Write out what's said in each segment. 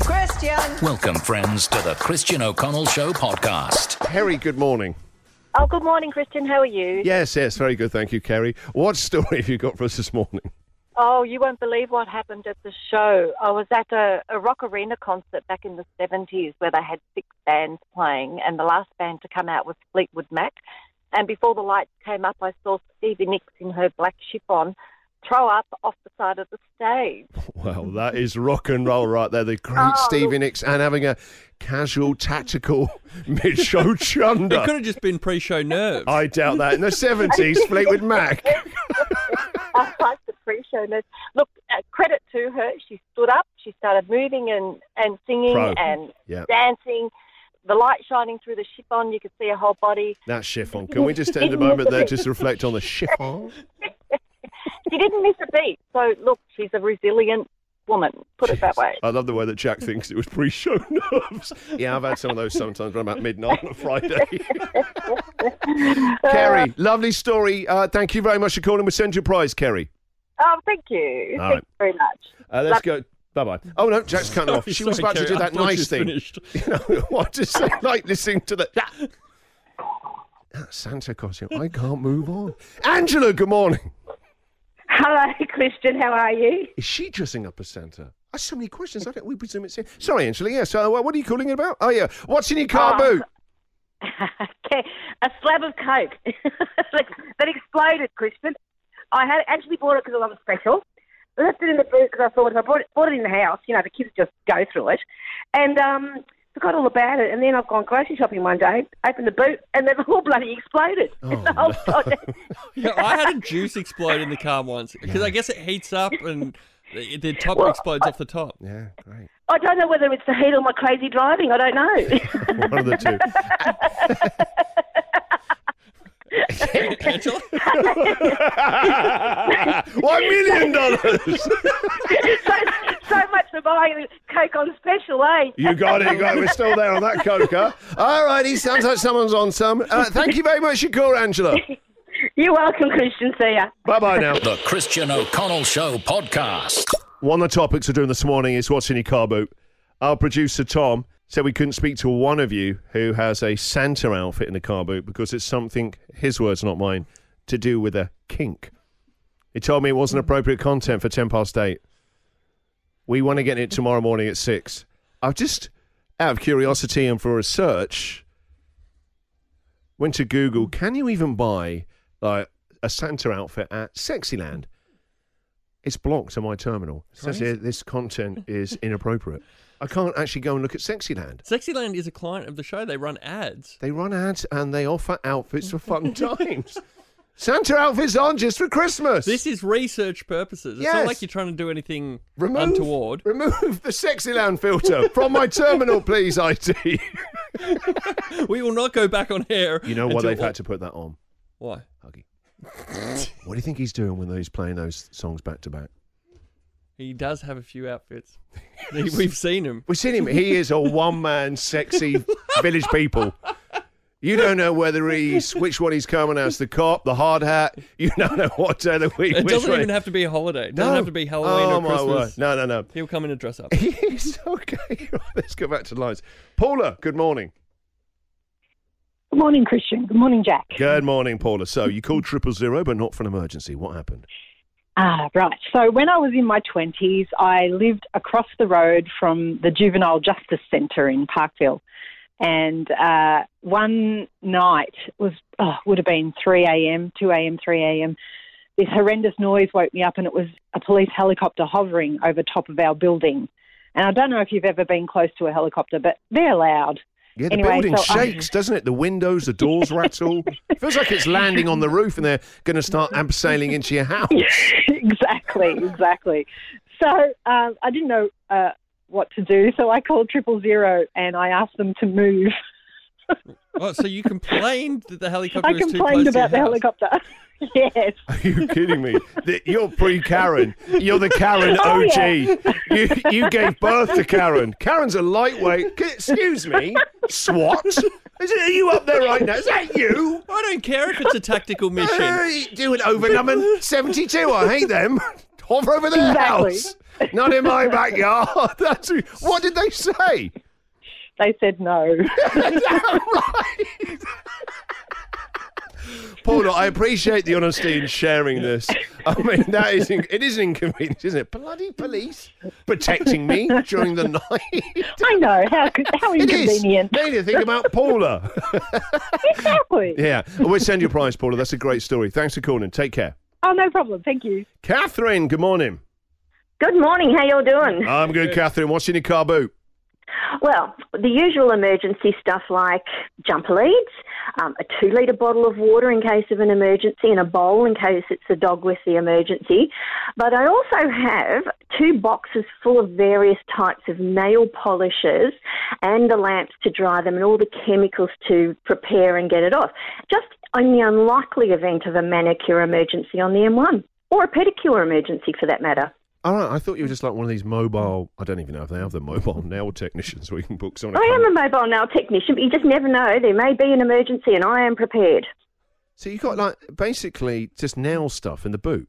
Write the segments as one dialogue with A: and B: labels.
A: Christian.
B: Welcome, friends, to the Christian O'Connell Show podcast.
C: Kerry, good morning.
D: Oh, good morning, Christian. How are you?
C: Yes, yes, very good, thank you, Kerry. What story have you got for us this morning?
D: Oh, you won't believe what happened at the show. I was at a, a rock arena concert back in the 70s where they had six bands playing, and the last band to come out was Fleetwood Mac. And before the lights came up, I saw Stevie Nicks in her black chiffon throw up off the side of the stage.
C: Well, that is rock and roll right there. The great
D: Oh,
C: Stevie Nicks and having a casual, tactical mid-show
E: It could
C: chunder.
E: have just been pre-show nerves.
C: I doubt that. In the 70s, Fleetwood Mac.
D: I like the pre-show notes. Look, uh, credit to her. She stood up. She started moving and, and singing
C: Pro.
D: and
C: Yeah,
D: dancing. The light shining through the chiffon, you could see her whole body.
C: that chiffon. Can we just end a moment there just to reflect on the chiffon?
D: She didn't miss a beat. So, look, she's a resilient woman. Put it that way.
C: I love the way that Jack thinks it was pre-show nerves. Yeah, I've had some of those sometimes around about midnight on a Friday. Oh, Kerry, lovely story. Uh, thank you very much for calling. We'll send you a prize, Kerry.
D: Oh, thank
C: All
D: you. thank
C: right.
D: you very much.
C: Uh, let's go. Bye bye. Oh no, Jack's cut off. She was
E: Sorry,
C: about
E: Kerry,
C: to do
E: I
C: that
E: thought
C: nice
E: she'd
C: thing.
E: finished.
C: You know what to say? Like listening to the that Santa costume. I can't move on. Angela, good morning.
F: Hello, Christian. How are you?
C: Is she dressing up as Santa? I have so many questions. I don't. We presume it's. Sorry, Angela. Yeah. So uh, what are you calling it about? Oh yeah. What's in your car
F: Oh,
C: boot?
F: okay, a slab of coke Like, that exploded, Christian. I had actually bought it because I love it special. Left it in the boot because I thought if I brought it, bought it in the house, you know, the kids just go through it, and um, forgot all about it. And then I've gone grocery shopping one day, opened the boot, and then the whole bloody exploded.
C: Oh,
F: The whole goddamn-
E: Yeah, I had a juice explode in the car once because I guess it heats up and the the top
F: Well,
E: explodes off the top.
C: Yeah. Great.
F: I don't know whether it's the heat or my crazy driving. I don't know.
C: One of the two.
E: Angela,
C: One million dollars.
F: so, so much for buying coke on special, eh?
C: You got it, you got it. We're still there on that coca. All righty, sounds like someone's on some. Uh, thank you very much for your call, Angela.
F: You're welcome, Christian. See ya.
C: Bye bye now.
B: The Christian O'Connell Show podcast.
C: One of the topics we're doing this morning is what's in your car boot. Our producer Tom said we couldn't speak to one of you who has a Santa outfit in the car boot because it's something, his words, not mine, to do with a kink. He told me it wasn't appropriate content for 10 past 8. We want to get it tomorrow morning at 6. I've just, out of curiosity and for research, went to Google can you even buy like a Santa outfit at Sexyland? It's blocked on my terminal. It says here this content is inappropriate. I can't actually go and look at Sexyland.
E: Sexyland is a client of the show. They run ads.
C: They run ads and they offer outfits for fun times. Santa outfits aren't just for Christmas.
E: This is research purposes. It's
C: Yes.
E: not like you're trying to do anything
C: remove,
E: untoward.
C: Remove the sexy land filter from my terminal, please, IT.
E: We will not go back on air.
C: You know what
E: until-
C: they've had to put that on?
E: Why?
C: Huggy. what do you think he's doing when he's playing those songs back to back?
E: He does have a few outfits. He- We've seen him.
C: We've seen him. He is a one man sexy village people. You don't know whether he's which one he's coming as the cop, the hard hat. You don't know what day of the week.
E: It
C: which
E: doesn't
C: way-
E: even have to be a holiday. It doesn't
C: No.
E: have to be Halloween
C: oh,
E: or
C: my word.
E: Christmas.
C: No, no, no.
E: He'll come in a dress up.
C: He's okay. Right, let's go back to the lines. Paula, good morning.
G: Good morning, Christian. Good morning, Jack.
C: Good morning, Paula. So you called triple zero, but not for an emergency. What happened?
G: Ah, right. So when I was in my 20s, I lived across the road from the Juvenile Justice Centre in Parkville. And uh, one night was oh, would have been 3 a.m., 2 a.m., 3 a.m. This horrendous noise woke me up, and it was a police helicopter hovering over top of our building. And I don't know if you've ever been close to a helicopter, but they're loud.
C: Yeah, the
G: Anyway,
C: building
G: so um, I-
C: shakes, doesn't it? The windows, the doors rattle. Feels like it's landing on the roof and they're going to start abseiling into your house.
G: exactly, exactly. So um, I didn't know uh, what to do, so I called triple zero and I asked them to move.
E: Oh, so you complained that the helicopter
G: I
E: was too close
G: complained
E: to
G: about the
E: your house.
G: helicopter. yes,
C: Are you kidding me? The- You're pre Karen. You're the Karen OG.
G: Oh, yeah.
C: you, you gave birth to Karen. Karen's a lightweight. C- Excuse me, SWAT? Is it, are you up there right now? Is that you?
E: I don't care if it's a tactical mission.
C: Hey, do it over number 72. I hate them. over over their
G: Exactly.
C: house, not in my backyard. That's, what did they say?
G: They said no.
C: Paula, I appreciate the honesty in sharing this. I mean, that is in- it is an inconvenience, isn't it? Bloody police protecting me during the night.
G: I know. How, could- how
C: It is.
G: inconvenient.
C: Now you think about Paula.
G: Exactly.
C: yeah, we'll send you a prize, Paula. That's a great story. Thanks for calling. Take care.
G: Oh, no problem. Thank you.
C: Catherine, good morning.
A: Good morning. How y'all doing?
C: I'm good, Catherine. What's in your car boot?
A: Well, the usual emergency stuff like jumper leads, um, a two-litre bottle of water in case of an emergency, and a bowl in case it's a dog with the emergency. But I also have two boxes full of various types of nail polishes and the lamps to dry them and all the chemicals to prepare and get it off. Just in the unlikely event of a manicure emergency on the M1 or a pedicure emergency for that matter.
C: All right, I thought you were just like one of these mobile. I don't even know if they have the mobile nail technicians where you can book someone. to
A: I
C: come-
A: am a mobile nail technician, but you just never know. There may be an emergency, and I am prepared.
C: So you got like basically just nail stuff in the boot.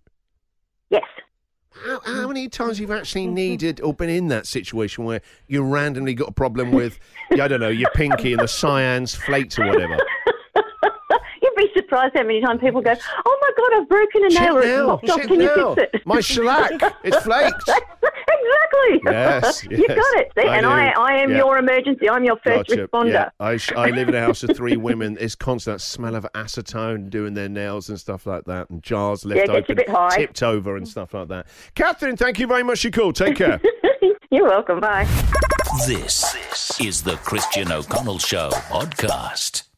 A: Yes.
C: How, how many times you've actually needed or been in that situation where you randomly got a problem with, I don't know, your pinky and the cyan's flakes or whatever?
A: You'd be surprised how many times people go, Oh my God, I've broken a
C: Check
A: nail or it's
C: now,
A: popped off.
C: check
A: Can
C: now.
A: you fix it?
C: My shellac, it's flaked.
A: exactly.
C: Yes,
A: You've
C: yes,
A: got it. See?
C: I
A: and
C: do.
A: I, I am
C: Yeah.
A: your emergency. I'm your first
C: Gotcha.
A: responder.
C: Yeah. I, sh- I live in a house of three women. It's constant that smell of acetone doing their nails and stuff like that, and jars left
A: Yeah, it gets a
C: open,
A: bit high.
C: tipped over and stuff like that. Catherine, thank you very much for your call. Take care.
A: You're welcome. Bye.
B: This is the Christian O'Connell Show podcast.